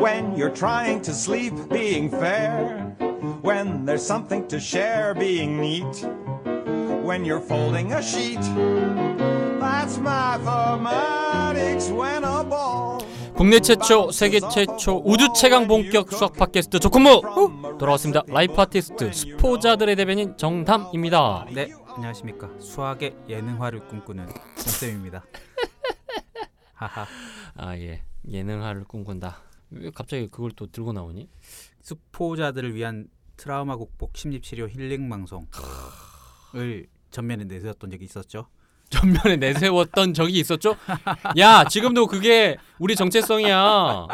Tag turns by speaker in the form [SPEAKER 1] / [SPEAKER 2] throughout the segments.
[SPEAKER 1] When you're trying to sleep, being fair. When there's something to share, being neat. When you're folding a sheet. That's mathematics when a ball.
[SPEAKER 2] 국내 최초, 세계 최초, 우주 최강 본격 수학 팟캐스트 조건무 후! 돌아왔습니다. 라이프 아티스트 수포자들의 대변인 정담입니다.
[SPEAKER 3] 네, 안녕하십니까. 수학의 예능화를 꿈꾸는 정쌤입니다. 하하.
[SPEAKER 2] 아 예, 예능화를 꿈꾼다. 왜 갑자기 그걸 또 들고 나오니?
[SPEAKER 3] 수포자들을 위한 트라우마 극복 심리 치료 힐링 방송을 전면에 내세웠던 적이 있었죠.
[SPEAKER 2] 전면에 내세웠던 적이 있었죠? 야, 지금도 그게 우리 정체성이야.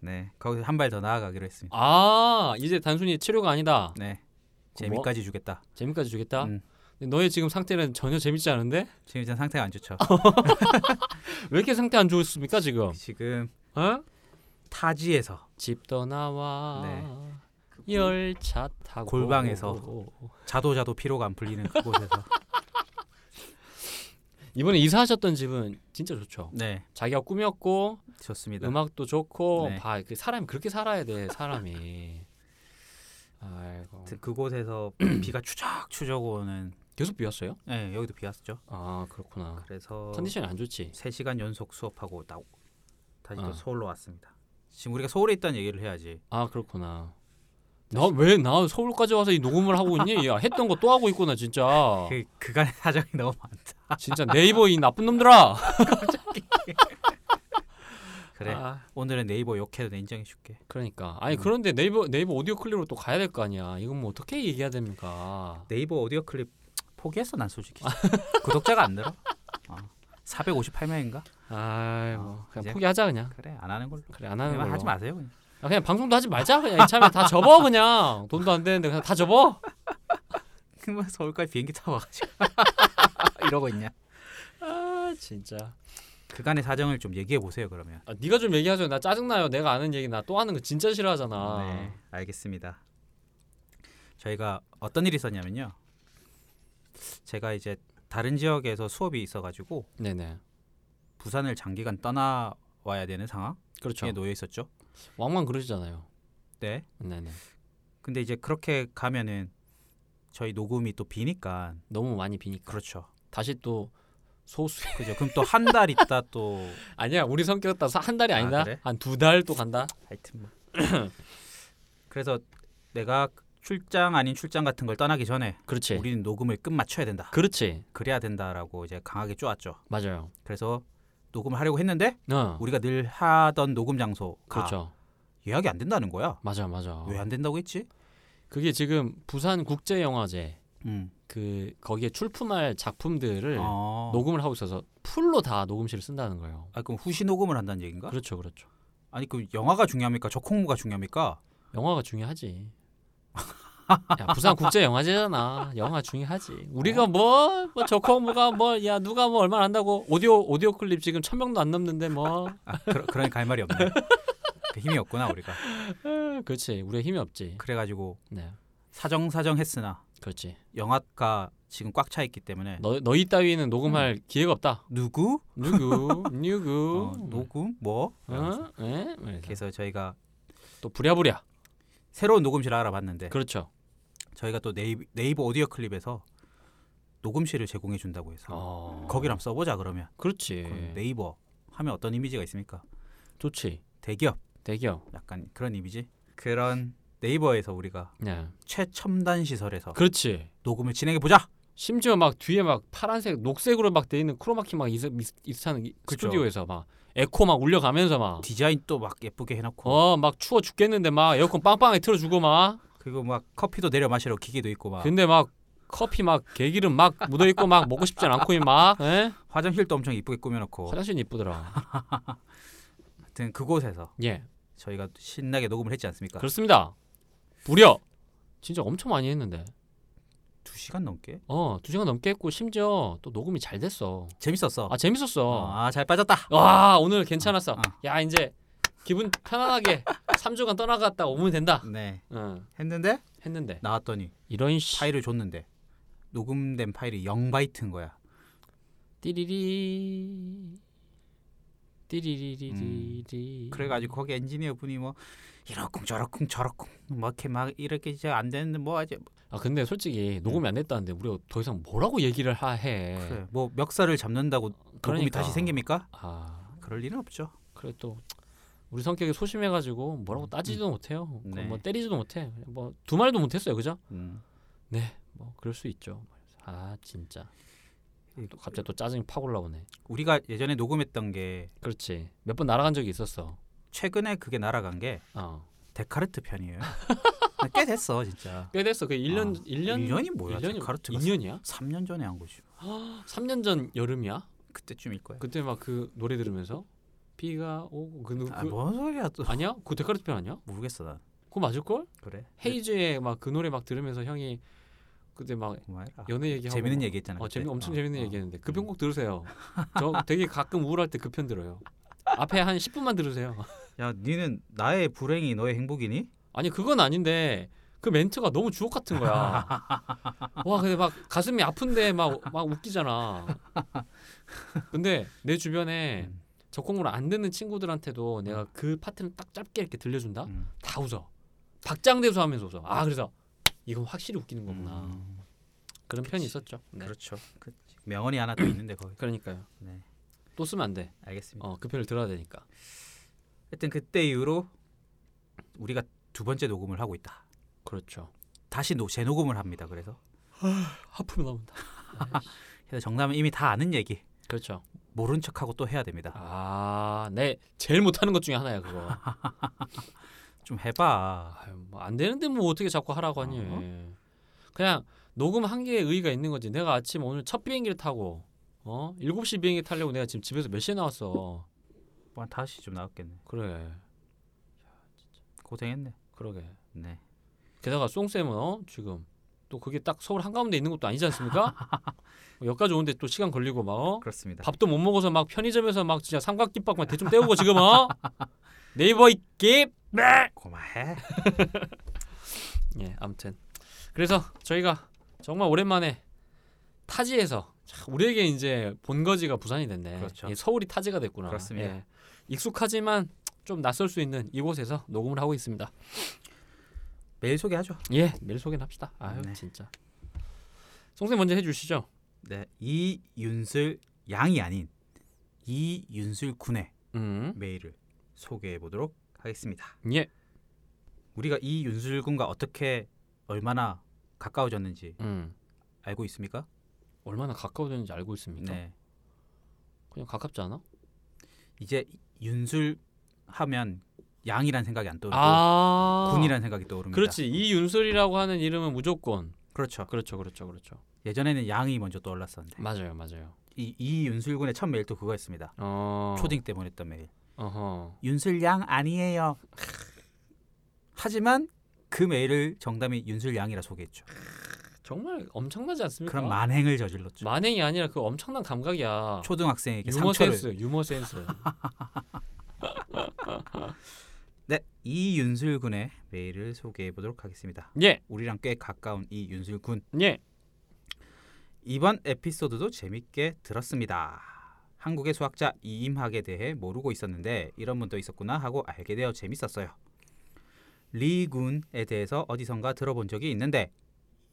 [SPEAKER 3] 네, 거기서 한 발 더 나아가기로 했습니다.
[SPEAKER 2] 아, 이제 단순히 치료가 아니다.
[SPEAKER 3] 네,
[SPEAKER 2] 그럼 뭐?
[SPEAKER 3] 재미까지 주겠다.
[SPEAKER 2] 재미까지 주겠다.
[SPEAKER 3] 음.
[SPEAKER 2] 근데 너의 지금 상태는 전혀 재밌지 않은데?
[SPEAKER 3] 지금 전 상태가 안 좋죠.
[SPEAKER 2] 어. 왜 이렇게 상태 안 좋습니까 지금?
[SPEAKER 3] 지금
[SPEAKER 2] 어?
[SPEAKER 3] 타지에서
[SPEAKER 2] 집 떠나와 그
[SPEAKER 3] 네.
[SPEAKER 2] 열차 타고
[SPEAKER 3] 골방에서. 자도자도 피로가 안 풀리는 그곳에서
[SPEAKER 2] 이번에 이사하셨던 집은 진짜 좋죠.
[SPEAKER 3] 네,
[SPEAKER 2] 자기가 꾸몄고
[SPEAKER 3] 좋습니다.
[SPEAKER 2] 음악도 좋고
[SPEAKER 3] 네.
[SPEAKER 2] 봐, 그 사람이 그렇게 살아야 돼 사람이. 아이고
[SPEAKER 3] 아무튼 그곳에서 비가 추적추적 오는.
[SPEAKER 2] 계속 비었어요?
[SPEAKER 3] 네, 여기도 비 왔죠.
[SPEAKER 2] 아 그렇구나.
[SPEAKER 3] 그래서
[SPEAKER 2] 컨디션이 안 좋지.
[SPEAKER 3] 세시간 연속 수업하고 나 다시
[SPEAKER 2] 어.
[SPEAKER 3] 또 서울로 왔습니다. 지금 우리가 서울에 있다는 얘기를 해야지.
[SPEAKER 2] 아 그렇구나.
[SPEAKER 3] 네.
[SPEAKER 2] 나 왜 나 서울까지 와서 이 녹음을 하고 있니? 야 했던 거 또 하고 있구나 진짜.
[SPEAKER 3] 그 그간의 사정이 너무 많다.
[SPEAKER 2] 진짜 네이버 이 나쁜 놈들아.
[SPEAKER 3] 그래.
[SPEAKER 2] 아,
[SPEAKER 3] 오늘은 네이버 욕해도 내 인정해 줄게.
[SPEAKER 2] 그러니까. 아니
[SPEAKER 3] 음.
[SPEAKER 2] 그런데 네이버 네이버 오디오 클립으로 또 가야 될 거 아니야. 이건 뭐 어떻게 얘기해야 됩니까?
[SPEAKER 3] 네이버 오디오 클립 포기했어 난 솔직히. 구독자가 안 늘어. 어. 458명인가?
[SPEAKER 2] 아이고 뭐,
[SPEAKER 3] 아,
[SPEAKER 2] 그냥
[SPEAKER 3] 이제-
[SPEAKER 2] 포기하자 그냥.
[SPEAKER 3] 그래 안 하는 걸로.
[SPEAKER 2] 그래 안 하는
[SPEAKER 3] 그냥
[SPEAKER 2] 걸로.
[SPEAKER 3] 하지 마세요 그냥.
[SPEAKER 2] 아, 그냥 방송도 하지 말자. 그냥 이참에 다 접어 그냥. 돈도 안 되는데 그냥 다 접어.
[SPEAKER 3] 그만 뭐 서울까지 비행기 타고 와가지고 이러고 있냐.
[SPEAKER 2] 아 진짜.
[SPEAKER 3] 그간의 사정을 좀 얘기해 보세요 그러면.
[SPEAKER 2] 아, 네가 좀 얘기하죠. 나 짜증 나요. 내가 아는 얘기 나 또 하는 거 진짜 싫어하잖아.
[SPEAKER 3] 네, 알겠습니다. 저희가 어떤 일이 있었냐면요. 제가 이제 다른 지역에서 수업이 있어가지고
[SPEAKER 2] 네네.
[SPEAKER 3] 부산을 장기간 떠나 와야 되는 상황에
[SPEAKER 2] 그렇죠.
[SPEAKER 3] 놓여 있었죠.
[SPEAKER 2] 왕왕 그러시잖아요.
[SPEAKER 3] 네.
[SPEAKER 2] 네네.
[SPEAKER 3] 근데 이제 그렇게 가면은 저희 녹음이 또 비니까
[SPEAKER 2] 너무 많이 비니까.
[SPEAKER 3] 그렇죠.
[SPEAKER 2] 다시 또 소수.
[SPEAKER 3] 그죠. 그럼 또 한 달 있다 또
[SPEAKER 2] 아니야 우리 성격 따라 한 달이
[SPEAKER 3] 아,
[SPEAKER 2] 아니다.
[SPEAKER 3] 그래?
[SPEAKER 2] 한 두 달 또 간다.
[SPEAKER 3] 하여튼 뭐. 그래서 내가 출장 아닌 출장 같은 걸 떠나기 전에
[SPEAKER 2] 그렇지.
[SPEAKER 3] 우리는 녹음을 끝마쳐야 된다.
[SPEAKER 2] 그렇지.
[SPEAKER 3] 그래야 된다라고 이제 강하게 쪼았죠.
[SPEAKER 2] 맞아요.
[SPEAKER 3] 그래서 녹음을 하려고 했는데
[SPEAKER 2] 어.
[SPEAKER 3] 우리가 늘 하던 녹음 장소가
[SPEAKER 2] 그렇죠.
[SPEAKER 3] 예약이 안 된다는 거야.
[SPEAKER 2] 맞아 맞아.
[SPEAKER 3] 왜 안 된다고 했지?
[SPEAKER 2] 그게 지금 부산 국제 영화제
[SPEAKER 3] 음.
[SPEAKER 2] 그 거기에 출품할 작품들을
[SPEAKER 3] 아.
[SPEAKER 2] 네. 녹음을 하고 있어서 풀로 다 녹음실을 쓴다는 거예요.
[SPEAKER 3] 아, 그럼 후시 녹음을 한다는 얘기인가?
[SPEAKER 2] 그렇죠, 그렇죠.
[SPEAKER 3] 아니 그 영화가 중요합니까? 저콩무가 중요합니까?
[SPEAKER 2] 영화가 중요하지. 야, 부산 국제 영화제잖아. 영화 중요하지.
[SPEAKER 3] 어.
[SPEAKER 2] 우리가 뭐, 뭐 저커무가 뭐, 야 누가 뭐 얼마 안다고 오디오 오디오 클립 지금 천 명도 안 넘는데 뭐,
[SPEAKER 3] 아, 그러, 그러니까 할 말이 없네. 그 힘이 없구나 우리가.
[SPEAKER 2] 그렇지. 우리 가 힘이 없지.
[SPEAKER 3] 그래가지고
[SPEAKER 2] 네,
[SPEAKER 3] 사정사정 했으나
[SPEAKER 2] 그렇지.
[SPEAKER 3] 영화가 지금 꽉 차 있기 때문에
[SPEAKER 2] 너 너희 따위는 녹음할 기회가 없다.
[SPEAKER 3] 누구?
[SPEAKER 2] 누구,
[SPEAKER 3] 어,
[SPEAKER 2] 누구,
[SPEAKER 3] 녹음? 뭐? 이러면서.
[SPEAKER 2] 어? 예? 그래서
[SPEAKER 3] 그래서 저희가
[SPEAKER 2] 또 부랴부랴.
[SPEAKER 3] 새로운 녹음실을 알아봤는데
[SPEAKER 2] 그렇죠.
[SPEAKER 3] 저희가 또 네이버, 네이버 오디오 클립에서 녹음실을 제공해 준다고 해서
[SPEAKER 2] 어.
[SPEAKER 3] 거기를 한번 써보자 그러면
[SPEAKER 2] 그렇지.
[SPEAKER 3] 그럼 네이버 하면 어떤 이미지가 있습니까?
[SPEAKER 2] 좋지.
[SPEAKER 3] 대기업
[SPEAKER 2] 대기업.
[SPEAKER 3] 약간 그런 이미지? 그런 네이버에서 우리가
[SPEAKER 2] 네.
[SPEAKER 3] 최첨단 시설에서
[SPEAKER 2] 그렇지.
[SPEAKER 3] 녹음을 진행해 보자.
[SPEAKER 2] 심지어 막 뒤에 막 파란색 녹색으로 막 돼 있는 크로마키 막 있, 있, 있는
[SPEAKER 3] 그쵸.
[SPEAKER 2] 스튜디오에서 막 에코 막 울려가면서
[SPEAKER 3] 디자인 또 막 예쁘게 해놓고
[SPEAKER 2] 어. 막어 막 추워 죽겠는데 막 에어컨 빵빵하게 틀어주고 막
[SPEAKER 3] 그리고 막 커피도 내려 마시러 기계도 있고 막
[SPEAKER 2] 근데 막 커피 막 개기름 막 묻어 있고 막 먹고 싶지 않고 막 예?
[SPEAKER 3] 화장실도 엄청 이쁘게 꾸며놓고
[SPEAKER 2] 화장실 이쁘더라.
[SPEAKER 3] 하여튼 그곳에서
[SPEAKER 2] 예
[SPEAKER 3] 저희가 신나게 녹음을 했지 않습니까?
[SPEAKER 2] 그렇습니다. 무려 진짜 엄청 많이 했는데
[SPEAKER 3] 두 시간 넘게
[SPEAKER 2] 어두 시간 넘게 했고 심지어 또 녹음이 잘 됐어.
[SPEAKER 3] 재밌었어.
[SPEAKER 2] 아 재밌었어.
[SPEAKER 3] 아 잘 빠졌다.
[SPEAKER 2] 와 오늘 괜찮았어.
[SPEAKER 3] 어.
[SPEAKER 2] 야 이제 기분 편안하게 3주간 떠나갔다 오면 된다.
[SPEAKER 3] 네
[SPEAKER 2] 응
[SPEAKER 3] 했는데
[SPEAKER 2] 했는데
[SPEAKER 3] 나왔더니
[SPEAKER 2] 이런 씨
[SPEAKER 3] 파일을 줬는데 녹음된 파일이 0 바이트인 거야.
[SPEAKER 2] 띠리리 띠리리리리리.
[SPEAKER 3] 음. 그래가지고 거기 엔지니어 분이 뭐 이러쿵 저러쿵 저러쿵 뭐 이렇게 막 이렇게 이제 안 되는데 뭐 아직
[SPEAKER 2] 아 근데 솔직히 녹음이 안 됐다는데 우리가 더 이상 뭐라고 얘기를 하 해.
[SPEAKER 3] 그래. 뭐 멱살을 잡는다고 녹음이
[SPEAKER 2] 예. 그러니까.
[SPEAKER 3] 다시 생깁니까?
[SPEAKER 2] 아
[SPEAKER 3] 그럴 리는 없죠.
[SPEAKER 2] 그래 또 우리 성격이 소심해가지고 뭐라고 따지지도 못해요.
[SPEAKER 3] 네.
[SPEAKER 2] 뭐 때리지도 못해. 뭐 두 말도 못했어요, 그죠?
[SPEAKER 3] 음.
[SPEAKER 2] 네, 뭐 그럴 수 있죠. 아 진짜.
[SPEAKER 3] 음,
[SPEAKER 2] 또 갑자기 또 짜증이 팍 올라오네.
[SPEAKER 3] 우리가 예전에 녹음했던 게
[SPEAKER 2] 그렇지. 몇 번 날아간 적이 있었어.
[SPEAKER 3] 최근에 그게 날아간 게
[SPEAKER 2] 어.
[SPEAKER 3] 데카르트 편이에요. 꽤 됐어 진짜.
[SPEAKER 2] 꽤 됐어. 그 1년
[SPEAKER 3] 아,
[SPEAKER 2] 1년
[SPEAKER 3] 일 년이 뭐야, 데카르트가.
[SPEAKER 2] 2년이야?
[SPEAKER 3] 3년 전에 한 거죠.
[SPEAKER 2] 3년 전 여름이야?
[SPEAKER 3] 그때쯤일 거야.
[SPEAKER 2] 그때 막 그 노래 들으면서 비가 오고 그, 그
[SPEAKER 3] 아, 뭔 소리야 또.
[SPEAKER 2] 아니야? 그 데카르트 편 아니야?
[SPEAKER 3] 모르겠어 난.
[SPEAKER 2] 그거 맞을 걸?
[SPEAKER 3] 그래.
[SPEAKER 2] 헤이즈의 막 그 노래 막 들으면서 형이 그때 막
[SPEAKER 3] 고마워라.
[SPEAKER 2] 연애 얘기하고
[SPEAKER 3] 재밌는
[SPEAKER 2] 막-
[SPEAKER 3] 얘기했잖아.
[SPEAKER 2] 어,
[SPEAKER 3] 그때.
[SPEAKER 2] 재미 엄청
[SPEAKER 3] 어,
[SPEAKER 2] 재밌는
[SPEAKER 3] 어.
[SPEAKER 2] 얘기했는데 그 편 꼭 들으세요. 저 되게 가끔 우울할 때 그 편 들어요. 앞에 한 10분만 들으세요.
[SPEAKER 3] 야, 니는 나의 불행이 너의 행복이니?
[SPEAKER 2] 아니 그건 아닌데 그 멘트가 너무 주옥 같은 거야. 와 근데 막 가슴이 아픈데 막 막 웃기잖아. 근데 내 주변에
[SPEAKER 3] 음.
[SPEAKER 2] 적공부를 안 듣는 친구들한테도 내가 그 파트를 딱 짧게 이렇게 들려준다.
[SPEAKER 3] 음.
[SPEAKER 2] 다 웃어. 박장대소하면서 웃어. 아 그래서 이건 확실히 웃기는 거구나.
[SPEAKER 3] 음,
[SPEAKER 2] 그런 편이 있었죠. 네.
[SPEAKER 3] 그렇죠. 그 명언이 하나 또 있는데 거기.
[SPEAKER 2] 그러니까요.
[SPEAKER 3] 네,
[SPEAKER 2] 또 쓰면 안 돼.
[SPEAKER 3] 알겠습니다.
[SPEAKER 2] 어 그 편을 들어야 되니까.
[SPEAKER 3] 하여튼 그때 이후로 우리가 두 번째 녹음을 하고 있다.
[SPEAKER 2] 그렇죠.
[SPEAKER 3] 다시 노, 재녹음을 합니다. 그래서
[SPEAKER 2] 하품이 나온다.
[SPEAKER 3] 그래서 정답은 이미 다 아는 얘기.
[SPEAKER 2] 그렇죠.
[SPEAKER 3] 모른 척하고 또 해야 됩니다.
[SPEAKER 2] 아, 네 제일 못하는 것 중에 하나야 그거.
[SPEAKER 3] 좀 해봐.
[SPEAKER 2] 아유, 뭐안 되는데 뭐 어떻게 자꾸 하라고 하니?
[SPEAKER 3] 아.
[SPEAKER 2] 그냥 녹음 한 개의 의의가 있는 거지. 내가 아침 오늘 첫 비행기를 타고 어 7시 비행기 타려고 내가 지금 집에서 몇 시에 나왔어.
[SPEAKER 3] 뭐 다시 좀 나왔겠네.
[SPEAKER 2] 그래,
[SPEAKER 3] 고생했네.
[SPEAKER 2] 그러게.
[SPEAKER 3] 네.
[SPEAKER 2] 게다가 송쌤은 어? 지금 또 그게 딱 서울 한가운데 있는 것도 아니지 않습니까? 뭐 여기까지 오는데 또 시간 걸리고 막 어?
[SPEAKER 3] 그렇습니다.
[SPEAKER 2] 밥도 못 먹어서 막 편의점에서 막 진짜 삼각김밥만 대충 때우고 지금 어? 네이버 입기
[SPEAKER 3] 고마해.
[SPEAKER 2] 예, 아무튼 그래서 저희가 정말 오랜만에 타지에서 참, 우리에게 이제 본거지가 부산이 됐네.
[SPEAKER 3] 그렇죠.
[SPEAKER 2] 예, 서울이 타지가 됐구나.
[SPEAKER 3] 그렇습니다.
[SPEAKER 2] 예, 익숙하지만 좀 낯설 수 있는 이곳에서 녹음을 하고 있습니다.
[SPEAKER 3] 매일 소개하죠.
[SPEAKER 2] 예, 매일 소개는 합시다. 아유
[SPEAKER 3] 네.
[SPEAKER 2] 진짜. 송쌤 먼저 해주시죠.
[SPEAKER 3] 네. 이윤슬 양이 아닌 이윤슬 군의
[SPEAKER 2] 음,
[SPEAKER 3] 메일을 소개해 보도록 하겠습니다.
[SPEAKER 2] 예,
[SPEAKER 3] 우리가 이윤슬 군과 어떻게 얼마나 가까워졌는지
[SPEAKER 2] 음,
[SPEAKER 3] 알고 있습니까?
[SPEAKER 2] 얼마나 가까워졌는지 알고 있습니까?
[SPEAKER 3] 네. 어,
[SPEAKER 2] 그냥 가깝지 않아?
[SPEAKER 3] 이제 윤슬 하면 양이란 생각이 안 떠오르고
[SPEAKER 2] 아,
[SPEAKER 3] 군이란 생각이 떠오릅니다.
[SPEAKER 2] 그렇지. 이 윤솔이라고 하는 이름은 무조건
[SPEAKER 3] 그렇죠.
[SPEAKER 2] 그렇죠, 그렇죠, 그렇죠.
[SPEAKER 3] 예전에는 양이 먼저 떠올랐었는데
[SPEAKER 2] 맞아요, 맞아요.
[SPEAKER 3] 이, 이 윤슬 군의 첫 메일도 그거였습니다.
[SPEAKER 2] 어,
[SPEAKER 3] 초딩 때 보냈던 메일.
[SPEAKER 2] 어허.
[SPEAKER 3] 윤슬 양 아니에요. 하지만 그 메일을 정담이 윤슬 양이라 소개했죠.
[SPEAKER 2] 그러니까. 정말 엄청나지 않습니까?
[SPEAKER 3] 그런 만행을 저질렀죠.
[SPEAKER 2] 만행이 아니라 그 엄청난 감각이야.
[SPEAKER 3] 초등학생에게
[SPEAKER 2] 유머
[SPEAKER 3] 상처를 아.
[SPEAKER 2] 센스, 유머 센스.
[SPEAKER 3] 네, 이윤슬 군의 메일을 소개해 보도록 하겠습니다.
[SPEAKER 2] 예,
[SPEAKER 3] 우리랑 꽤 가까운 이윤슬 군.
[SPEAKER 2] 예.
[SPEAKER 3] 이번 에피소드도 재밌게 들었습니다. 한국의 수학자 이임학에 대해 모르고 있었는데 이런 분도 있었구나 하고 알게 되어 재밌었어요. 리 군에 대해서 어디선가 들어본 적이 있는데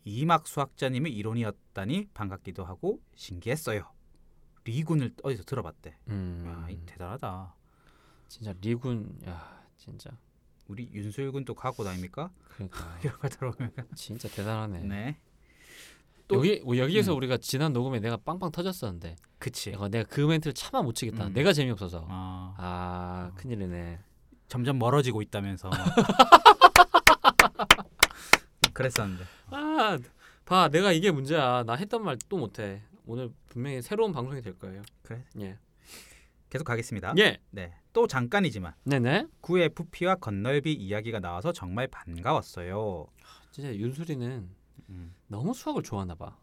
[SPEAKER 3] 이임학 수학자님이 이론이었다니 반갑기도 하고 신기했어요. 리 군을 어디서 들어봤대. 야, 이
[SPEAKER 2] 음,
[SPEAKER 3] 대단하다.
[SPEAKER 2] 진짜 리군, 야, 진짜.
[SPEAKER 3] 우리 윤수일 군또 갖고 다닙니까?
[SPEAKER 2] 그러니까
[SPEAKER 3] 이런 거 들어보면.
[SPEAKER 2] 진짜 대단하네.
[SPEAKER 3] 네. 또-
[SPEAKER 2] 여기 뭐 여기에서 우리가 지난 녹음에 내가 빵빵 터졌었는데
[SPEAKER 3] 그치.
[SPEAKER 2] 내가, 내가 그 멘트를 참아 못 치겠다.
[SPEAKER 3] 음.
[SPEAKER 2] 내가 재미없어서.
[SPEAKER 3] 아,
[SPEAKER 2] 아, 큰일이네.
[SPEAKER 3] 점점 멀어지고 있다면서. 그랬었는데.
[SPEAKER 2] 아, 봐, 내가 이게 문제야. 나 했던 말 또 못해. 오늘 분명히 새로운 방송이 될 거예요.
[SPEAKER 3] 그래.
[SPEAKER 2] 예,
[SPEAKER 3] 계속 가겠습니다.
[SPEAKER 2] 예,
[SPEAKER 3] 네. 또 잠깐이지만
[SPEAKER 2] 네, 네.
[SPEAKER 3] 9FP와 건널비 이야기가 나와서 정말 반가웠어요.
[SPEAKER 2] 진짜 윤수리는
[SPEAKER 3] 음.
[SPEAKER 2] 너무 수학을 좋아하나 봐.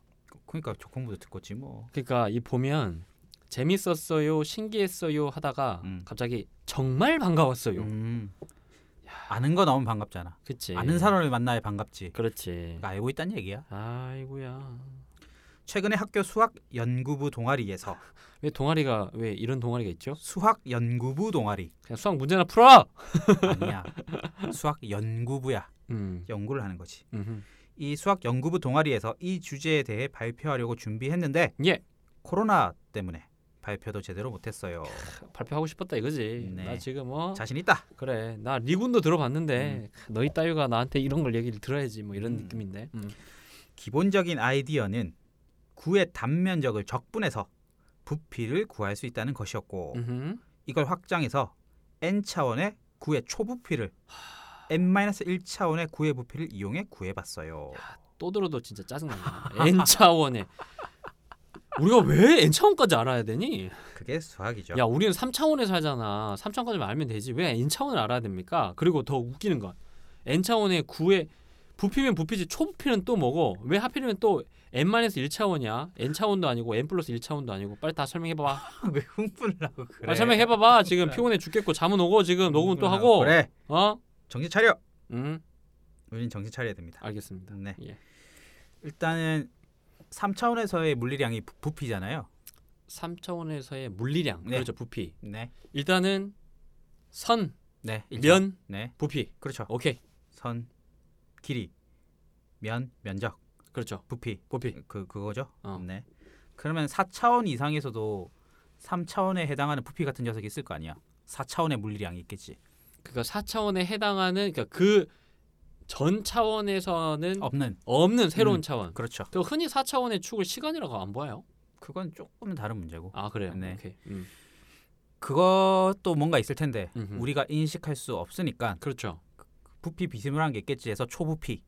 [SPEAKER 3] 그러니까 조콩부도 듣겠지 뭐.
[SPEAKER 2] 그러니까 이 보면 재밌었어요, 신기했어요 하다가
[SPEAKER 3] 음.
[SPEAKER 2] 갑자기 정말 반가웠어요. 예.
[SPEAKER 3] 음. 아는 거 너무 반갑잖아.
[SPEAKER 2] 그치 예.
[SPEAKER 3] 아는 사람을 만나야 반갑지.
[SPEAKER 2] 그렇지.
[SPEAKER 3] 그러니까 알고 있다는 얘기야.
[SPEAKER 2] 아이고야.
[SPEAKER 3] 최근에 학교 수학 연구부 동아리에서
[SPEAKER 2] 왜 동아리가 왜 이런 동아리가 있죠?
[SPEAKER 3] 수학 연구부 동아리
[SPEAKER 2] 그냥 수학 문제나 풀어.
[SPEAKER 3] 아니야 수학 연구부야
[SPEAKER 2] 음.
[SPEAKER 3] 연구를 하는 거지
[SPEAKER 2] 음흠.
[SPEAKER 3] 이 수학 연구부 동아리에서 이 주제에 대해 발표하려고 준비했는데
[SPEAKER 2] 예.
[SPEAKER 3] 코로나 때문에 발표도 제대로 못했어요
[SPEAKER 2] 발표하고 싶었다 이거지.
[SPEAKER 3] 네.
[SPEAKER 2] 나 지금 어
[SPEAKER 3] 자신 있다
[SPEAKER 2] 그래 나 리군도 들어봤는데 너희 따위가 나한테 이런 걸 얘기를 들어야지 뭐 이런
[SPEAKER 3] 음.
[SPEAKER 2] 느낌인데. 음.
[SPEAKER 3] 기본적인 아이디어는 구의 단면적을 적분해서 부피를 구할 수 있다는 것이었고
[SPEAKER 2] 음흠.
[SPEAKER 3] 이걸 확장해서 n 차원의 구의 초부피를 n-1 차원의 구의 부피를 이용해 구해봤어요.
[SPEAKER 2] 또 들어도 진짜 짜증난다. N 차원에 우리가 왜 N 차원까지 알아야 되니?
[SPEAKER 3] 그게 수학이죠.
[SPEAKER 2] 야 우리는 3 차원에서 하잖아. 3 차원까지만 알면 되지 왜 N 차원을 알아야 됩니까? 그리고 더 웃기는 건 N 차원의 9의 부피면 부피지 초부피는 또 뭐고 왜 하필이면 또 n 만에서 1 차원이야? N 차원도 아니고 n 플러스 1 차원도 아니고 빨리 다 설명해봐.
[SPEAKER 3] 왜 흥분하고 그래?
[SPEAKER 2] 빨리 아, 설명해봐봐. 지금 피곤해 죽겠고 잠은 오고 지금 녹음 또 하고
[SPEAKER 3] 그래.
[SPEAKER 2] 어?
[SPEAKER 3] 정신 차려.
[SPEAKER 2] 음
[SPEAKER 3] 우린 정신 차려야 됩니다.
[SPEAKER 2] 알겠습니다.
[SPEAKER 3] 네.
[SPEAKER 2] 예.
[SPEAKER 3] 일단은 3차원에서의 물리량이 부- 부피잖아요.
[SPEAKER 2] 3 차원에서의 물리량
[SPEAKER 3] 네.
[SPEAKER 2] 그렇죠 부피.
[SPEAKER 3] 네.
[SPEAKER 2] 일단은 선
[SPEAKER 3] 네. 일단.
[SPEAKER 2] 면
[SPEAKER 3] 네.
[SPEAKER 2] 부피
[SPEAKER 3] 그렇죠.
[SPEAKER 2] 오케이
[SPEAKER 3] 선 길이 면 면적
[SPEAKER 2] 그렇죠
[SPEAKER 3] 부피
[SPEAKER 2] 부피
[SPEAKER 3] 그 그거죠.
[SPEAKER 2] 어.
[SPEAKER 3] 네. 그러면 4차원 이상에서도 3차원에 해당하는 부피 같은 녀석이 있을 거 아니야. 4차원의 물리량이 있겠지.
[SPEAKER 2] 그러니까 4차원에 해당하는 그러니까 그 전 차원에서는
[SPEAKER 3] 없는.
[SPEAKER 2] 없는 새로운
[SPEAKER 3] 음.
[SPEAKER 2] 차원
[SPEAKER 3] 그렇죠.
[SPEAKER 2] 또 흔히 4차원의 축을 시간이라고 안 봐요
[SPEAKER 3] 그건 조금 다른 문제고.
[SPEAKER 2] 아 그래요
[SPEAKER 3] 네.
[SPEAKER 2] 오케이 음.
[SPEAKER 3] 그것도 뭔가 있을 텐데
[SPEAKER 2] 음흠.
[SPEAKER 3] 우리가 인식할 수 없으니까
[SPEAKER 2] 그렇죠
[SPEAKER 3] 부피 비스무리한 게 있겠지 해서 초부피.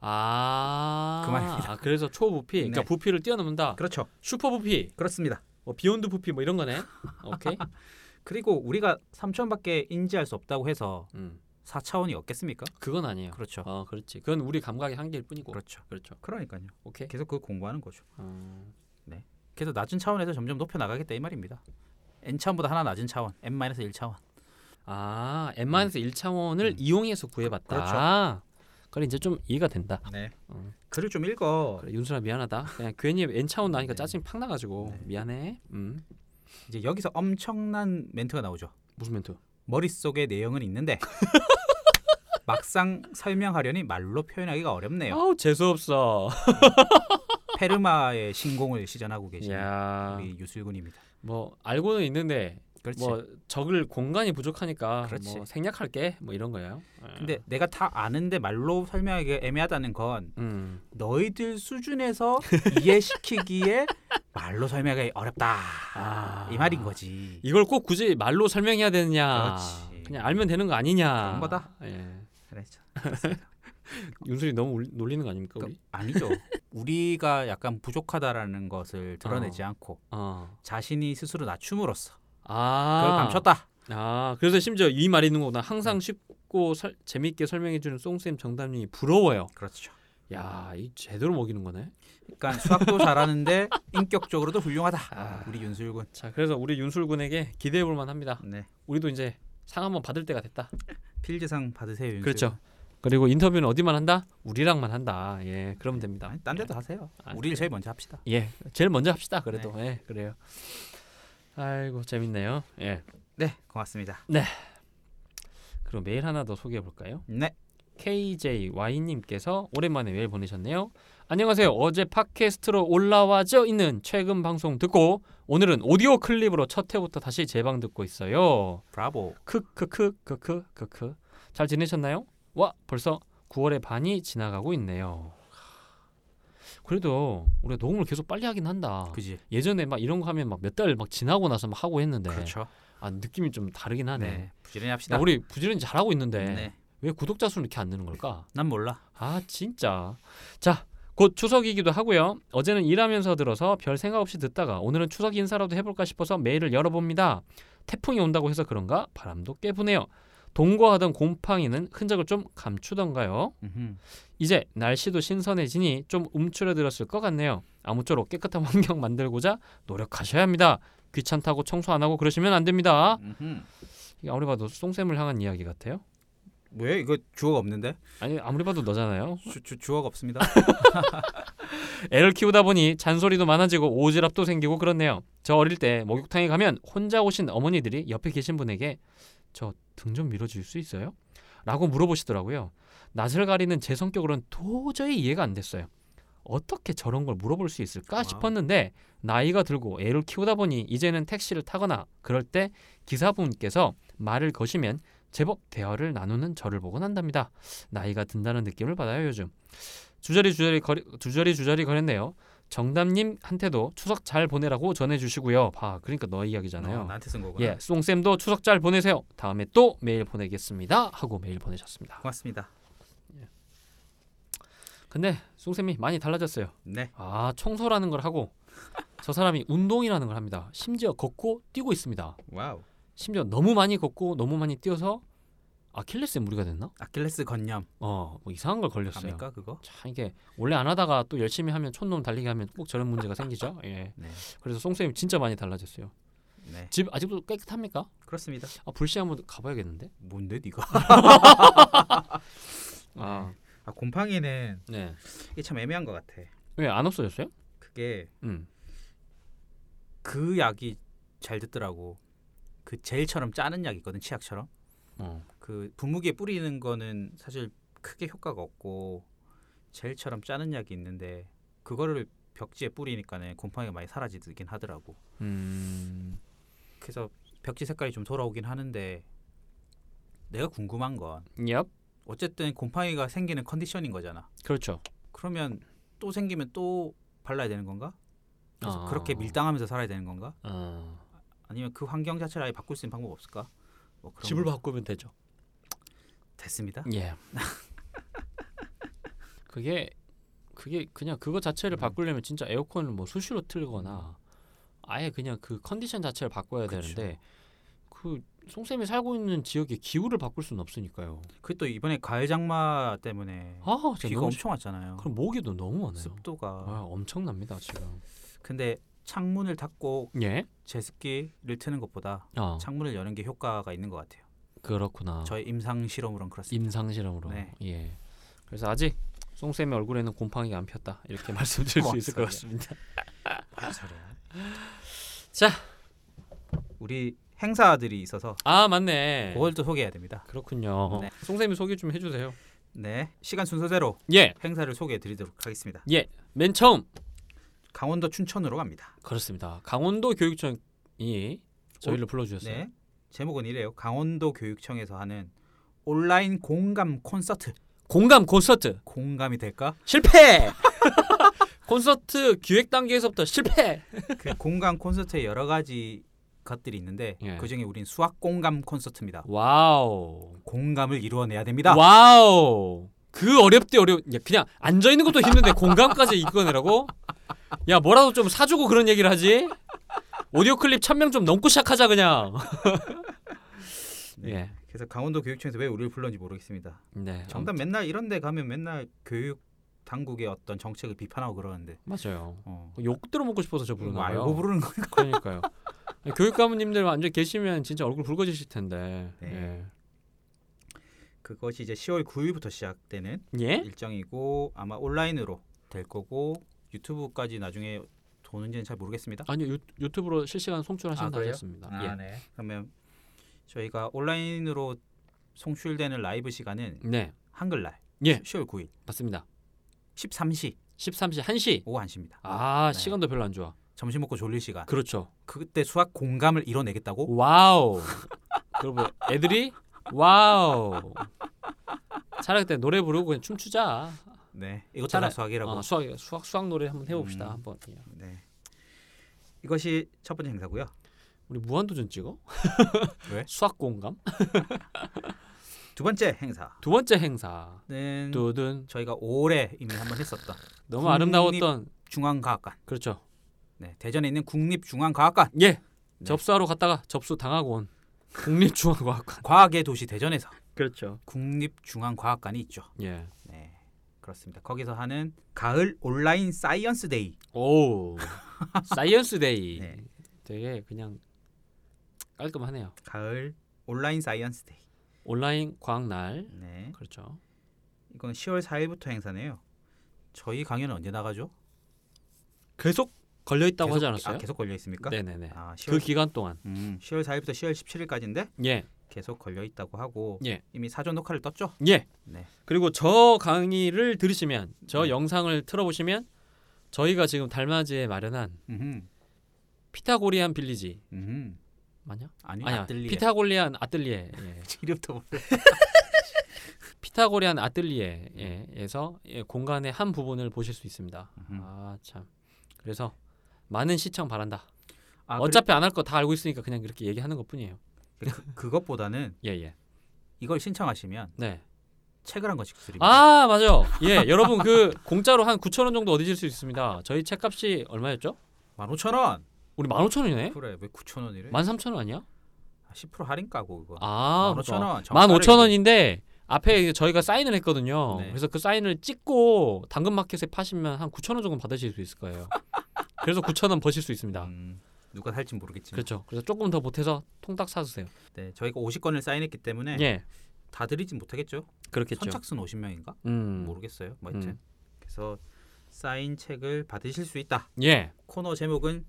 [SPEAKER 2] 아,
[SPEAKER 3] 그 말입니다.
[SPEAKER 2] 아, 그래서 초부피 그러니까
[SPEAKER 3] 네.
[SPEAKER 2] 부피를 뛰어넘는다
[SPEAKER 3] 그렇죠.
[SPEAKER 2] 슈퍼 부피
[SPEAKER 3] 그렇습니다.
[SPEAKER 2] 뭐 비욘드 부피 뭐 이런 거네 오케이
[SPEAKER 3] 그리고 우리가 3차원밖에 인지할 수 없다고 해서
[SPEAKER 2] 음.
[SPEAKER 3] 4차원이 없겠습니까?
[SPEAKER 2] 그건 아니에요
[SPEAKER 3] 그렇죠.
[SPEAKER 2] 어 그렇지 그건 우리 감각의 한계일 뿐이고
[SPEAKER 3] 그렇죠.
[SPEAKER 2] 그렇죠
[SPEAKER 3] 그러니까요.
[SPEAKER 2] 오케이
[SPEAKER 3] 계속 그거 공부하는 거죠.
[SPEAKER 2] 음.
[SPEAKER 3] 그래서 낮은 차원에서 점점 높여 나가겠다 이 말입니다. n 차원보다 하나 낮은 차원, n-1 차원.
[SPEAKER 2] 아, n-1차원을
[SPEAKER 3] 음.
[SPEAKER 2] 이용해서 구해봤다.
[SPEAKER 3] 그렇죠.
[SPEAKER 2] 그래 이제 좀 이해가 된다.
[SPEAKER 3] 네.
[SPEAKER 2] 어.
[SPEAKER 3] 글을 좀 읽어.
[SPEAKER 2] 그래, 윤수아 미안하다. 그냥 괜히 n차원 나니까
[SPEAKER 3] 네.
[SPEAKER 2] 짜증이 팍 나가지고
[SPEAKER 3] 네.
[SPEAKER 2] 미안해. 음.
[SPEAKER 3] 이제 여기서 엄청난 멘트가 나오죠.
[SPEAKER 2] 무슨 멘트?
[SPEAKER 3] 머릿속에 내용은 있는데 막상 설명하려니 말로 표현하기가 어렵네요.
[SPEAKER 2] 아우 재수 없어.
[SPEAKER 3] 페르마의 신공을 시전하고 계신
[SPEAKER 2] 야,
[SPEAKER 3] 우리 유술군입니다.
[SPEAKER 2] 뭐 알고는 있는데
[SPEAKER 3] 그렇지.
[SPEAKER 2] 뭐 적을 공간이 부족하니까
[SPEAKER 3] 그렇지.
[SPEAKER 2] 뭐 생략할게 뭐 이런 거예요.
[SPEAKER 3] 근데 내가 다 아는데 말로 설명하기 애매하다는 건
[SPEAKER 2] 음,
[SPEAKER 3] 너희들 수준에서 이해시키기에 말로 설명하기 어렵다.
[SPEAKER 2] 아.
[SPEAKER 3] 이 말인 거지.
[SPEAKER 2] 이걸 꼭 굳이 말로 설명해야 되느냐?
[SPEAKER 3] 그렇지.
[SPEAKER 2] 냥 알면 되는 거 아니냐?
[SPEAKER 3] 그런 거다.
[SPEAKER 2] 예.
[SPEAKER 3] 그렇죠.
[SPEAKER 2] 윤술이 너무 울- 놀리는 거 아닙니까 우리?
[SPEAKER 3] 그러니까 아니죠. 우리가 약간 부족하다라는 것을 드러내지 않고
[SPEAKER 2] 어.
[SPEAKER 3] 자신이 스스로 낮춤으로써
[SPEAKER 2] 아,
[SPEAKER 3] 그걸 감췄다. 네.
[SPEAKER 2] 아 그래서 심지어 이 말이 있는 거구나 항상 쉽고 설, 재밌게 설명해주는 송쌤 정답님이 부러워요
[SPEAKER 3] 그렇죠.
[SPEAKER 2] 야이 제대로 먹이는 거네
[SPEAKER 3] 그러니까 수학도 잘하는데 인격적으로도 훌륭하다.
[SPEAKER 2] 아.
[SPEAKER 3] 우리 윤술군.
[SPEAKER 2] 자 그래서 우리 윤술군에게 기대해볼 만합니다
[SPEAKER 3] 네.
[SPEAKER 2] 우리도 이제 상 한번 받을 때가 됐다
[SPEAKER 3] 필즈상 받으세요, 윤술.
[SPEAKER 2] 그렇죠 그리고 인터뷰는 어디만 한다 우리랑만 한다 예 그러면 됩니다
[SPEAKER 3] 아니, 딴 데도 하세요.
[SPEAKER 2] 아,
[SPEAKER 3] 우리를 제일 먼저 합시다.
[SPEAKER 2] 예 제일 먼저 합시다 그래도 예 그래요 아이고 재밌네요 예
[SPEAKER 3] 네, 고맙습니다.
[SPEAKER 2] 그리고 메일 하나 더 소개해 볼까요?
[SPEAKER 3] 네.
[SPEAKER 2] KJY님께서 오랜만에 메일 보내셨네요. 안녕하세요. 어제 팟캐스트로 올라와져 있는 최근 방송 듣고 오늘은 오디오 클립으로 첫 회부터 다시 재방 듣고 있어요.
[SPEAKER 3] 브라보.
[SPEAKER 2] 크크크크크크크. 잘 지내셨나요? 와 벌써 9월의 반이 지나가고 있네요. 그래도 우리가 녹음을 계속 빨리 하긴 한다.
[SPEAKER 3] 그지.
[SPEAKER 2] 예전에 막 이런 거 하면 막 몇 달 막 지나고 나서 막 하고 했는데
[SPEAKER 3] 그렇죠.
[SPEAKER 2] 아 느낌이 좀 다르긴 하네.
[SPEAKER 3] 네. 부지런히
[SPEAKER 2] 야,
[SPEAKER 3] 합시다.
[SPEAKER 2] 우리 부지런히 잘하고 있는데
[SPEAKER 3] 네.
[SPEAKER 2] 왜 구독자 수는 이렇게 안 느는 걸까?
[SPEAKER 3] 난 몰라.
[SPEAKER 2] 아 진짜 자 곧 추석이기도 하고요 어제는 일하면서 들어서 별 생각 없이 듣다가 오늘은 추석 인사라도 해볼까 싶어서 메일을 열어봅니다 태풍이 온다고 해서 그런가 바람도 꽤 부네요 동거하던 곰팡이는 흔적을 좀 감추던가요
[SPEAKER 3] 음흠.
[SPEAKER 2] 이제 날씨도 신선해지니 좀 움츠러들었을 것 같네요 아무쪼록 깨끗한 환경 만들고자 노력하셔야 합니다 귀찮다고 청소 안 하고 그러시면 안 됩니다
[SPEAKER 3] 음흠.
[SPEAKER 2] 이게 아무리 봐도 송쌤을 향한 이야기 같아요
[SPEAKER 3] 왜 이거 주어가 없는데?
[SPEAKER 2] 아니 아무리 봐도 너잖아요.
[SPEAKER 3] 주, 주, 주어가 없습니다.
[SPEAKER 2] 애를 키우다 보니 잔소리도 많아지고 오지랖도 생기고 그렇네요. 저 어릴 때 목욕탕에 가면 혼자 오신 어머니들이 옆에 계신 분에게 저 등 좀 밀어줄 수 있어요? 라고 물어보시더라고요. 낯을 가리는 제 성격으로는 도저히 이해가 안 됐어요. 어떻게 저런 걸 물어볼 수 있을까
[SPEAKER 3] 와우.
[SPEAKER 2] 싶었는데 나이가 들고 애를 키우다 보니 이제는 택시를 타거나 그럴 때 기사분께서 말을 거시면 제법 대화를 나누는 저를 보곤 한답니다. 나이가 든다는 느낌을 받아요 요즘. 주저리 주저리 거리, 주저리 주저리 거렸네요. 정담님한테도 추석 잘 보내라고 전해주시고요. 봐, 그러니까 너 이야기잖아요.
[SPEAKER 3] 어, 나한테 쓴 거구나.
[SPEAKER 2] 예, 송쌤도 추석 잘 보내세요. 다음에 또 메일 보내겠습니다. 하고 메일 보내셨습니다.
[SPEAKER 3] 고맙습니다.
[SPEAKER 2] 근데 송쌤이 많이 달라졌어요.
[SPEAKER 3] 네.
[SPEAKER 2] 아, 청소라는 걸 하고 저 사람이 운동이라는 걸 합니다. 심지어 걷고 뛰고 있습니다.
[SPEAKER 3] 와우.
[SPEAKER 2] 심지어 너무 많이 걷고 너무 많이 뛰어서 아킬레스에 무리가 됐나?
[SPEAKER 3] 아킬레스 건염
[SPEAKER 2] 어, 뭐 이상한 걸 걸렸어요.
[SPEAKER 3] 갑니까 그거?
[SPEAKER 2] 참 이게 원래 안 하다가 또 열심히 하면 촌놈 달리기 하면 꼭 저런 문제가 생기죠. 예.
[SPEAKER 3] 네.
[SPEAKER 2] 그래서 송쌤이 진짜 많이 달라졌어요.
[SPEAKER 3] 네.
[SPEAKER 2] 집 아직도 깨끗합니까?
[SPEAKER 3] 그렇습니다.
[SPEAKER 2] 아, 불씨 한번 가봐야겠는데.
[SPEAKER 3] 뭔데 네가?
[SPEAKER 2] 아,
[SPEAKER 3] 아 곰팡이는
[SPEAKER 2] 네.
[SPEAKER 3] 이게 참 애매한 것 같아.
[SPEAKER 2] 왜 안 없어졌어요?
[SPEAKER 3] 그게
[SPEAKER 2] 음.
[SPEAKER 3] 그 약이 잘 듣더라고. 그 젤처럼 짜는 약 있거든 치약처럼.
[SPEAKER 2] 어.
[SPEAKER 3] 그 분무기에 뿌리는 거는 사실 크게 효과가 없고 젤처럼 짜는 약이 있는데 그거를 벽지에 뿌리니까는 곰팡이가 많이 사라지긴 하더라고.
[SPEAKER 2] 음.
[SPEAKER 3] 그래서 벽지 색깔이 좀 돌아오긴 하는데 내가 궁금한 건
[SPEAKER 2] 얍.
[SPEAKER 3] 어쨌든 곰팡이가 생기는 컨디션인 거잖아.
[SPEAKER 2] 그렇죠.
[SPEAKER 3] 그러면 또 생기면 또 발라야 되는 건가? 그래서
[SPEAKER 2] 아.
[SPEAKER 3] 그렇게 밀당하면서 살아야 되는 건가?
[SPEAKER 2] 어.
[SPEAKER 3] 아니면 그 환경 자체를 아예 바꿀 수 있는 방법 없을까? 뭐 그런
[SPEAKER 2] 집을
[SPEAKER 3] 거.
[SPEAKER 2] 바꾸면 되죠.
[SPEAKER 3] 됐습니다.
[SPEAKER 2] 예. 그게 그게 그냥 그거 자체를
[SPEAKER 3] 음.
[SPEAKER 2] 바꾸려면 진짜 에어컨을 뭐 수시로 틀거나 아예 그냥 그 컨디션 자체를 바꿔야
[SPEAKER 3] 그쵸.
[SPEAKER 2] 되는데 그 송쌤이 살고 있는 지역의 기후를 바꿀 수는 없으니까요.
[SPEAKER 3] 그 또 이번에 가을 장마 때문에
[SPEAKER 2] 아, 진짜
[SPEAKER 3] 비가
[SPEAKER 2] 너무
[SPEAKER 3] 엄청 왔잖아요.
[SPEAKER 2] 그럼 모기도 너무 많아요.
[SPEAKER 3] 습도가
[SPEAKER 2] 아, 엄청납니다, 지금.
[SPEAKER 3] 근데 창문을 닫고
[SPEAKER 2] 예?
[SPEAKER 3] 제습기를 트는 것보다
[SPEAKER 2] 아,
[SPEAKER 3] 창문을 여는 게 효과가 있는 것 같아요.
[SPEAKER 2] 그렇구나.
[SPEAKER 3] 저의 임상 실험으론 그렇습니다.
[SPEAKER 2] 임상 실험으로.
[SPEAKER 3] 네.
[SPEAKER 2] 예. 그래서 아직 송쌤의 얼굴에는 곰팡이가 안 폈다. 이렇게 말씀드릴 수 있을 것
[SPEAKER 3] 고맙습니다.
[SPEAKER 2] 같습니다. 아,
[SPEAKER 3] 우리 행사들이 있어서
[SPEAKER 2] 아, 맞네.
[SPEAKER 3] 그걸 또 소개해야 됩니다.
[SPEAKER 2] 그렇군요.
[SPEAKER 3] 네.
[SPEAKER 2] 송쌤이 소개 좀 해주세요.
[SPEAKER 3] 네, 시간 순서대로
[SPEAKER 2] 예,
[SPEAKER 3] 행사를 소개해드리도록 하겠습니다.
[SPEAKER 2] 예. 맨 처음
[SPEAKER 3] 강원도 춘천으로 갑니다.
[SPEAKER 2] 그렇습니다. 강원도 교육청이 저희를 불러주셨어요.
[SPEAKER 3] 네, 제목은 이래요. 강원도 교육청에서 하는 온라인 공감 콘서트.
[SPEAKER 2] 공감 콘서트
[SPEAKER 3] 공감이 될까?
[SPEAKER 2] 실패. 콘서트 기획 단계에서부터 실패.
[SPEAKER 3] 그 공감 콘서트에 여러 가지 것들이 있는데
[SPEAKER 2] 예.
[SPEAKER 3] 그 중에 우린 수학 공감 콘서트입니다.
[SPEAKER 2] 와우.
[SPEAKER 3] 공감을 이루어내야 됩니다.
[SPEAKER 2] 와우. 그 어렵대 어려운 야, 그냥 앉아 있는 것도 힘든데 공감까지 이끌어내라고? 야 뭐라도 좀 사주고 그런 얘기를 하지? 오디오 클립 1000명 좀 넘고 시작하자 그냥.
[SPEAKER 3] 네.
[SPEAKER 2] 예.
[SPEAKER 3] 그래서 강원도 교육청에서 왜 우리를 불렀는지 모르겠습니다.
[SPEAKER 2] 네.
[SPEAKER 3] 정답 맨날 이런 데 가면 맨날 교육 당국의 어떤 정책을 비판하고 그러는데
[SPEAKER 2] 맞아요.
[SPEAKER 3] 어.
[SPEAKER 2] 욕 들어먹고 싶어서 저 부르나
[SPEAKER 3] 뭐
[SPEAKER 2] 봐요.
[SPEAKER 3] 알고 부르는 거
[SPEAKER 2] 그러니까요. 교육 감독님들 완전 계시면 진짜 얼굴 붉어지실 텐데. 예.
[SPEAKER 3] 네. 그것이 이제 10월 9일부터 시작되는
[SPEAKER 2] 예. 예?
[SPEAKER 3] 일정이고 아마 온라인으로 될 거고 유튜브까지 나중에 도는지는 잘 모르겠습니다.
[SPEAKER 2] 아니요 유, 유튜브로 실시간
[SPEAKER 3] 아,
[SPEAKER 2] 송출하신다
[SPEAKER 3] 그래요?
[SPEAKER 2] 하셨습니다. 예.
[SPEAKER 3] 네. 그러면 저희가 온라인으로 송출되는 라이브 시간은
[SPEAKER 2] 네.
[SPEAKER 3] 한글날
[SPEAKER 2] 예.
[SPEAKER 3] 10월 9일
[SPEAKER 2] 맞습니다.
[SPEAKER 3] 13시
[SPEAKER 2] 13시 1시.
[SPEAKER 3] 오후 1시입니다.
[SPEAKER 2] 아
[SPEAKER 3] 네. 아,
[SPEAKER 2] 시간도 별로 안 좋아.
[SPEAKER 3] 점심 먹고 졸릴 시간.
[SPEAKER 2] 그렇죠.
[SPEAKER 3] 그때 수학 공감을 이뤄내겠다고?
[SPEAKER 2] 와우. 그리고 애들이 와우. 차라리 그때 노래 부르고 그냥 춤추자.
[SPEAKER 3] 네. 이것도 다
[SPEAKER 2] 차라리-
[SPEAKER 3] 수학이라고.
[SPEAKER 2] 어, 수학 수학 수학 노래 한번 해봅시다
[SPEAKER 3] 음.
[SPEAKER 2] 한번. 예.
[SPEAKER 3] 네. 이것이 첫 번째 행사고요.
[SPEAKER 2] 우리 무한도전 찍어?
[SPEAKER 3] 왜?
[SPEAKER 2] 수학 공감?
[SPEAKER 3] 두 번째 행사는
[SPEAKER 2] 두 번째 행사. 두둔
[SPEAKER 3] 저희가 올해 이미 한번 했었던
[SPEAKER 2] 너무
[SPEAKER 3] 국립-
[SPEAKER 2] 아름다웠던
[SPEAKER 3] 중앙과학관.
[SPEAKER 2] 그렇죠.
[SPEAKER 3] 네. 대전에 있는 국립중앙과학관.
[SPEAKER 2] 예.
[SPEAKER 3] 네.
[SPEAKER 2] 접수하러 갔다가 접수 당하고 온 국립중앙과학관.
[SPEAKER 3] 과학의 도시 대전에서
[SPEAKER 2] 그렇죠.
[SPEAKER 3] 국립중앙과학관이 있죠.
[SPEAKER 2] 예.
[SPEAKER 3] 네. 그렇습니다. 거기서 하는 가을 온라인 사이언스 데이.
[SPEAKER 2] 오. 사이언스 데이.
[SPEAKER 3] 네.
[SPEAKER 2] 되게 그냥 깔끔하네요.
[SPEAKER 3] 가을 온라인 사이언스 데이.
[SPEAKER 2] 온라인 과학날
[SPEAKER 3] 네.
[SPEAKER 2] 그렇죠.
[SPEAKER 3] 이건 10월 4일부터 행사네요. 저희 강연은 언제 나가죠?
[SPEAKER 2] 계속 걸려 있다고
[SPEAKER 3] 계속-
[SPEAKER 2] 하지 않았어요?
[SPEAKER 3] 아, 계속 걸려 있습니까?
[SPEAKER 2] 네네네.
[SPEAKER 3] 아,
[SPEAKER 2] 그
[SPEAKER 3] 10월,
[SPEAKER 2] 기간 동안
[SPEAKER 3] 음, 10월 4일부터 10월 17일까지인데
[SPEAKER 2] 예
[SPEAKER 3] 계속 걸려 있다고 하고
[SPEAKER 2] 예.
[SPEAKER 3] 이미 사전 녹화를 떴죠?
[SPEAKER 2] 예.
[SPEAKER 3] 네.
[SPEAKER 2] 그리고 저 강의를 들으시면 저
[SPEAKER 3] 네.
[SPEAKER 2] 영상을 틀어보시면 저희가 지금 달맞이에 마련한
[SPEAKER 3] 음.
[SPEAKER 2] 피타고리안 빌리지
[SPEAKER 3] 음.
[SPEAKER 2] 맞냐?
[SPEAKER 3] 아니,
[SPEAKER 2] 아니야.
[SPEAKER 3] 아뜰리에. 음.
[SPEAKER 2] 피타고리안 아틀리에. 예.
[SPEAKER 3] 이름도 몰라.
[SPEAKER 2] 피타고리안 아틀리에에서 예, 공간의 한 부분을 보실 수 있습니다.
[SPEAKER 3] 음흠.
[SPEAKER 2] 아 참. 그래서 많은 시청 바란다.
[SPEAKER 3] 아,
[SPEAKER 2] 어차피 안 할 거 다 알고 있으니까 그냥 그렇게 얘기하는 것뿐이에요.
[SPEAKER 3] 그리고 그, 그것보다는
[SPEAKER 2] 예 예.
[SPEAKER 3] 이걸 신청하시면
[SPEAKER 2] 네.
[SPEAKER 3] 책을 한 권씩 드립니다.
[SPEAKER 2] 아 맞아. 예 여러분 그 공짜로 한 9천 원 정도 얻으실 수 있습니다. 저희 책값이 얼마였죠?
[SPEAKER 3] 15,000원.
[SPEAKER 2] 우리 15,000원이네.
[SPEAKER 3] 그래. 왜 9,000원이래?
[SPEAKER 2] 13,000원 아니야?
[SPEAKER 3] 10% 할인 까고 이거.
[SPEAKER 2] 아,
[SPEAKER 3] 15,000원.
[SPEAKER 2] 15,000원인데 앞에 이제 저희가 사인을 했거든요.
[SPEAKER 3] 네.
[SPEAKER 2] 그래서 그 사인을 찍고 당근마켓에 파시면 한 9,000원 정도 받으실 수 있을 거예요. 그래서 9,000원 버실 수 있습니다.
[SPEAKER 3] 음, 누가 살진 모르겠지만.
[SPEAKER 2] 그렇죠. 그래서 조금 더 보태서 통닭 사주세요.
[SPEAKER 3] 네, 저희가 50권을 사인했기 때문에
[SPEAKER 2] 예,
[SPEAKER 3] 다 드리진 못하겠죠.
[SPEAKER 2] 그렇겠죠.
[SPEAKER 3] 네. 선착순 50명인가?
[SPEAKER 2] 음,
[SPEAKER 3] 모르겠어요. 뭐 하여튼.
[SPEAKER 2] 음.
[SPEAKER 3] 그래서 사인 책을 받으실 수 있다.
[SPEAKER 2] 예,
[SPEAKER 3] 코너 제목은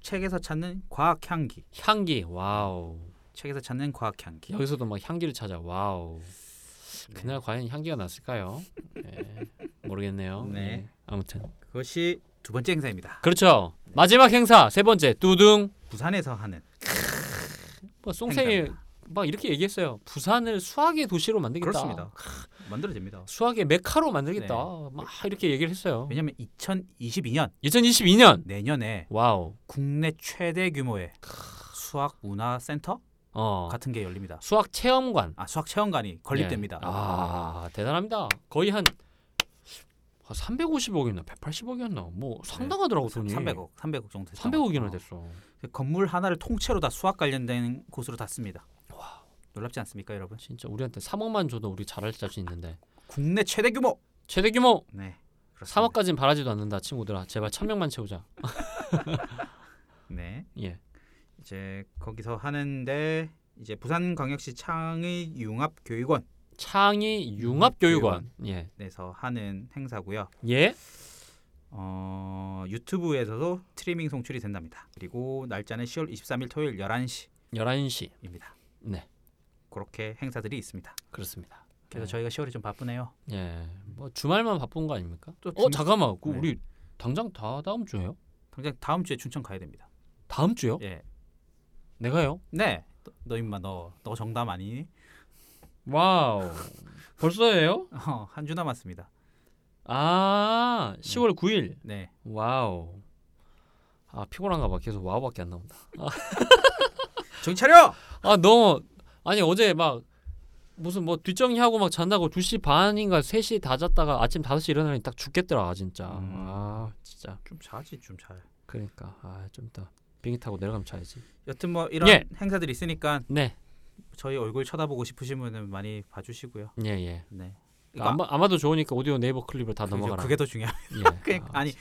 [SPEAKER 3] 책에서 찾는 과학 향기.
[SPEAKER 2] 향기. 와우.
[SPEAKER 3] 책에서 찾는 과학 향기.
[SPEAKER 2] 여기서도 막 향기를 찾아. 와우.
[SPEAKER 3] 네.
[SPEAKER 2] 그날 과연 향기가 났을까요? 예, 모르겠네요.
[SPEAKER 3] 네.
[SPEAKER 2] 예, 아무튼
[SPEAKER 3] 그것이 두 번째 행사입니다.
[SPEAKER 2] 그렇죠. 마지막 행사 세 번째 두둥.
[SPEAKER 3] 부산에서 하는
[SPEAKER 2] 뭐 송생이
[SPEAKER 3] 행사입니다.
[SPEAKER 2] 막 이렇게 얘기했어요. 부산을 수학의 도시로 만들겠다.
[SPEAKER 3] 그렇습니다. 만들어집니다.
[SPEAKER 2] 수학의 메카로 만들겠다.
[SPEAKER 3] 네.
[SPEAKER 2] 막 이렇게 얘기를 했어요.
[SPEAKER 3] 왜냐하면 2022년
[SPEAKER 2] 2022년.
[SPEAKER 3] 내년에
[SPEAKER 2] 와우.
[SPEAKER 3] 국내 최대 규모의 수학 문화 센터
[SPEAKER 2] 어.
[SPEAKER 3] 같은 게 열립니다.
[SPEAKER 2] 수학 체험관.
[SPEAKER 3] 아 수학 체험관이 건립됩니다.
[SPEAKER 2] 예. 아 대단합니다. 거의 한 350억이나 180억이었나 뭐
[SPEAKER 3] 네.
[SPEAKER 2] 상당하더라고 돈이.
[SPEAKER 3] 300억, 300억 정도 됐다.
[SPEAKER 2] 300억이나 됐어.
[SPEAKER 3] 그 건물 하나를 통째로 다 수학 관련된 곳으로 다 씁니다. 놀랍지 않습니까, 여러분?
[SPEAKER 2] 진짜 우리한테 3억만 줘도 우리 잘할 자신 있는데
[SPEAKER 3] 국내 최대 규모.
[SPEAKER 2] 최대 규모
[SPEAKER 3] 네. 그렇습니다.
[SPEAKER 2] 3억까지는 바라지도 않는다 친구들아 제발 1000명만 채우자.
[SPEAKER 3] 네.
[SPEAKER 2] 예.
[SPEAKER 3] 이제 거기서 하는데 이제 부산광역시 창의 융합교육원에서
[SPEAKER 2] 창의 융합교육원. 예.
[SPEAKER 3] 하는 행사고요.
[SPEAKER 2] 예.
[SPEAKER 3] 어, 유튜브에서도 스트리밍 송출이 된답니다. 그리고 날짜는 10월 23일 토요일 11시입니다.
[SPEAKER 2] 11시. 네.
[SPEAKER 3] 그렇게 행사들이 있습니다.
[SPEAKER 2] 그렇습니다.
[SPEAKER 3] 그래서
[SPEAKER 2] 네.
[SPEAKER 3] 저희가 10월이 좀 바쁘네요.
[SPEAKER 2] 예, 뭐 주말만 바쁜 거 아닙니까?
[SPEAKER 3] 또
[SPEAKER 2] 어
[SPEAKER 3] 중-
[SPEAKER 2] 잠깐만, 그
[SPEAKER 3] 네.
[SPEAKER 2] 우리 당장 다 다음 주예요?
[SPEAKER 3] 당장 다음 주에 춘천 가야 됩니다.
[SPEAKER 2] 다음 주요?
[SPEAKER 3] 예.
[SPEAKER 2] 내가요?
[SPEAKER 3] 네. 너, 너 임마 너, 너 정답 아니니?
[SPEAKER 2] 와우, 벌써예요?
[SPEAKER 3] 어, 한 주 남았습니다.
[SPEAKER 2] 아, 10월 9일.
[SPEAKER 3] 네.
[SPEAKER 2] 와우. 아 피곤한가 봐. 계속 와우밖에 안 나온다.
[SPEAKER 3] 정신 차려!
[SPEAKER 2] 아 너무 아니 어제 막 무슨 뭐 뒷정리하고 막 잔다고 2시 반인가 3시 다 잤다가 아침 5시 일어나니 딱 죽겠더라 진짜.
[SPEAKER 3] 음.
[SPEAKER 2] 아 진짜.
[SPEAKER 3] 좀 자지 좀 잘.
[SPEAKER 2] 그러니까 아좀 이따 비행기 타고 내려가면 자야지.
[SPEAKER 3] 여튼 뭐 이런
[SPEAKER 2] 예.
[SPEAKER 3] 행사들이 있으니까
[SPEAKER 2] 네,
[SPEAKER 3] 저희 얼굴 쳐다보고 싶으신 분은 많이 봐주시고요.
[SPEAKER 2] 예 예.
[SPEAKER 3] 네. 이거
[SPEAKER 2] 아마, 아마도 좋으니까 오디오 네이버 클립을 다
[SPEAKER 3] 아- 그죠.
[SPEAKER 2] 넘어가라.
[SPEAKER 3] 그게 더 중요해.
[SPEAKER 2] 예.
[SPEAKER 3] 그러니까
[SPEAKER 2] 아,
[SPEAKER 3] 아니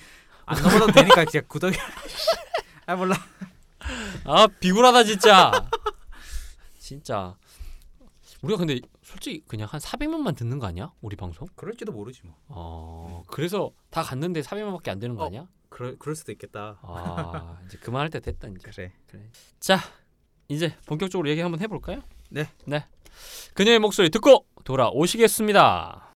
[SPEAKER 3] 안 넘어도 되니까 진짜 구독이. 아 몰라.
[SPEAKER 2] 아 비굴하다 진짜. 진짜. 우리가 근데 솔직히 그냥 한 400명만 듣는 거 아니야? 우리 방송?
[SPEAKER 3] 그럴지도 모르지 뭐.
[SPEAKER 2] 어. 그래서 다 갔는데 400명밖에 안 되는 거
[SPEAKER 3] 어.
[SPEAKER 2] 아니야?
[SPEAKER 3] 그럴 그럴 수도 있겠다.
[SPEAKER 2] 아 이제 그만할 때 됐다 이제.
[SPEAKER 3] 그래.
[SPEAKER 2] 이제 본격적으로 얘기 한번 해볼까요?
[SPEAKER 3] 네.
[SPEAKER 2] 네. 그녀의 목소리 듣고 돌아오시겠습니다.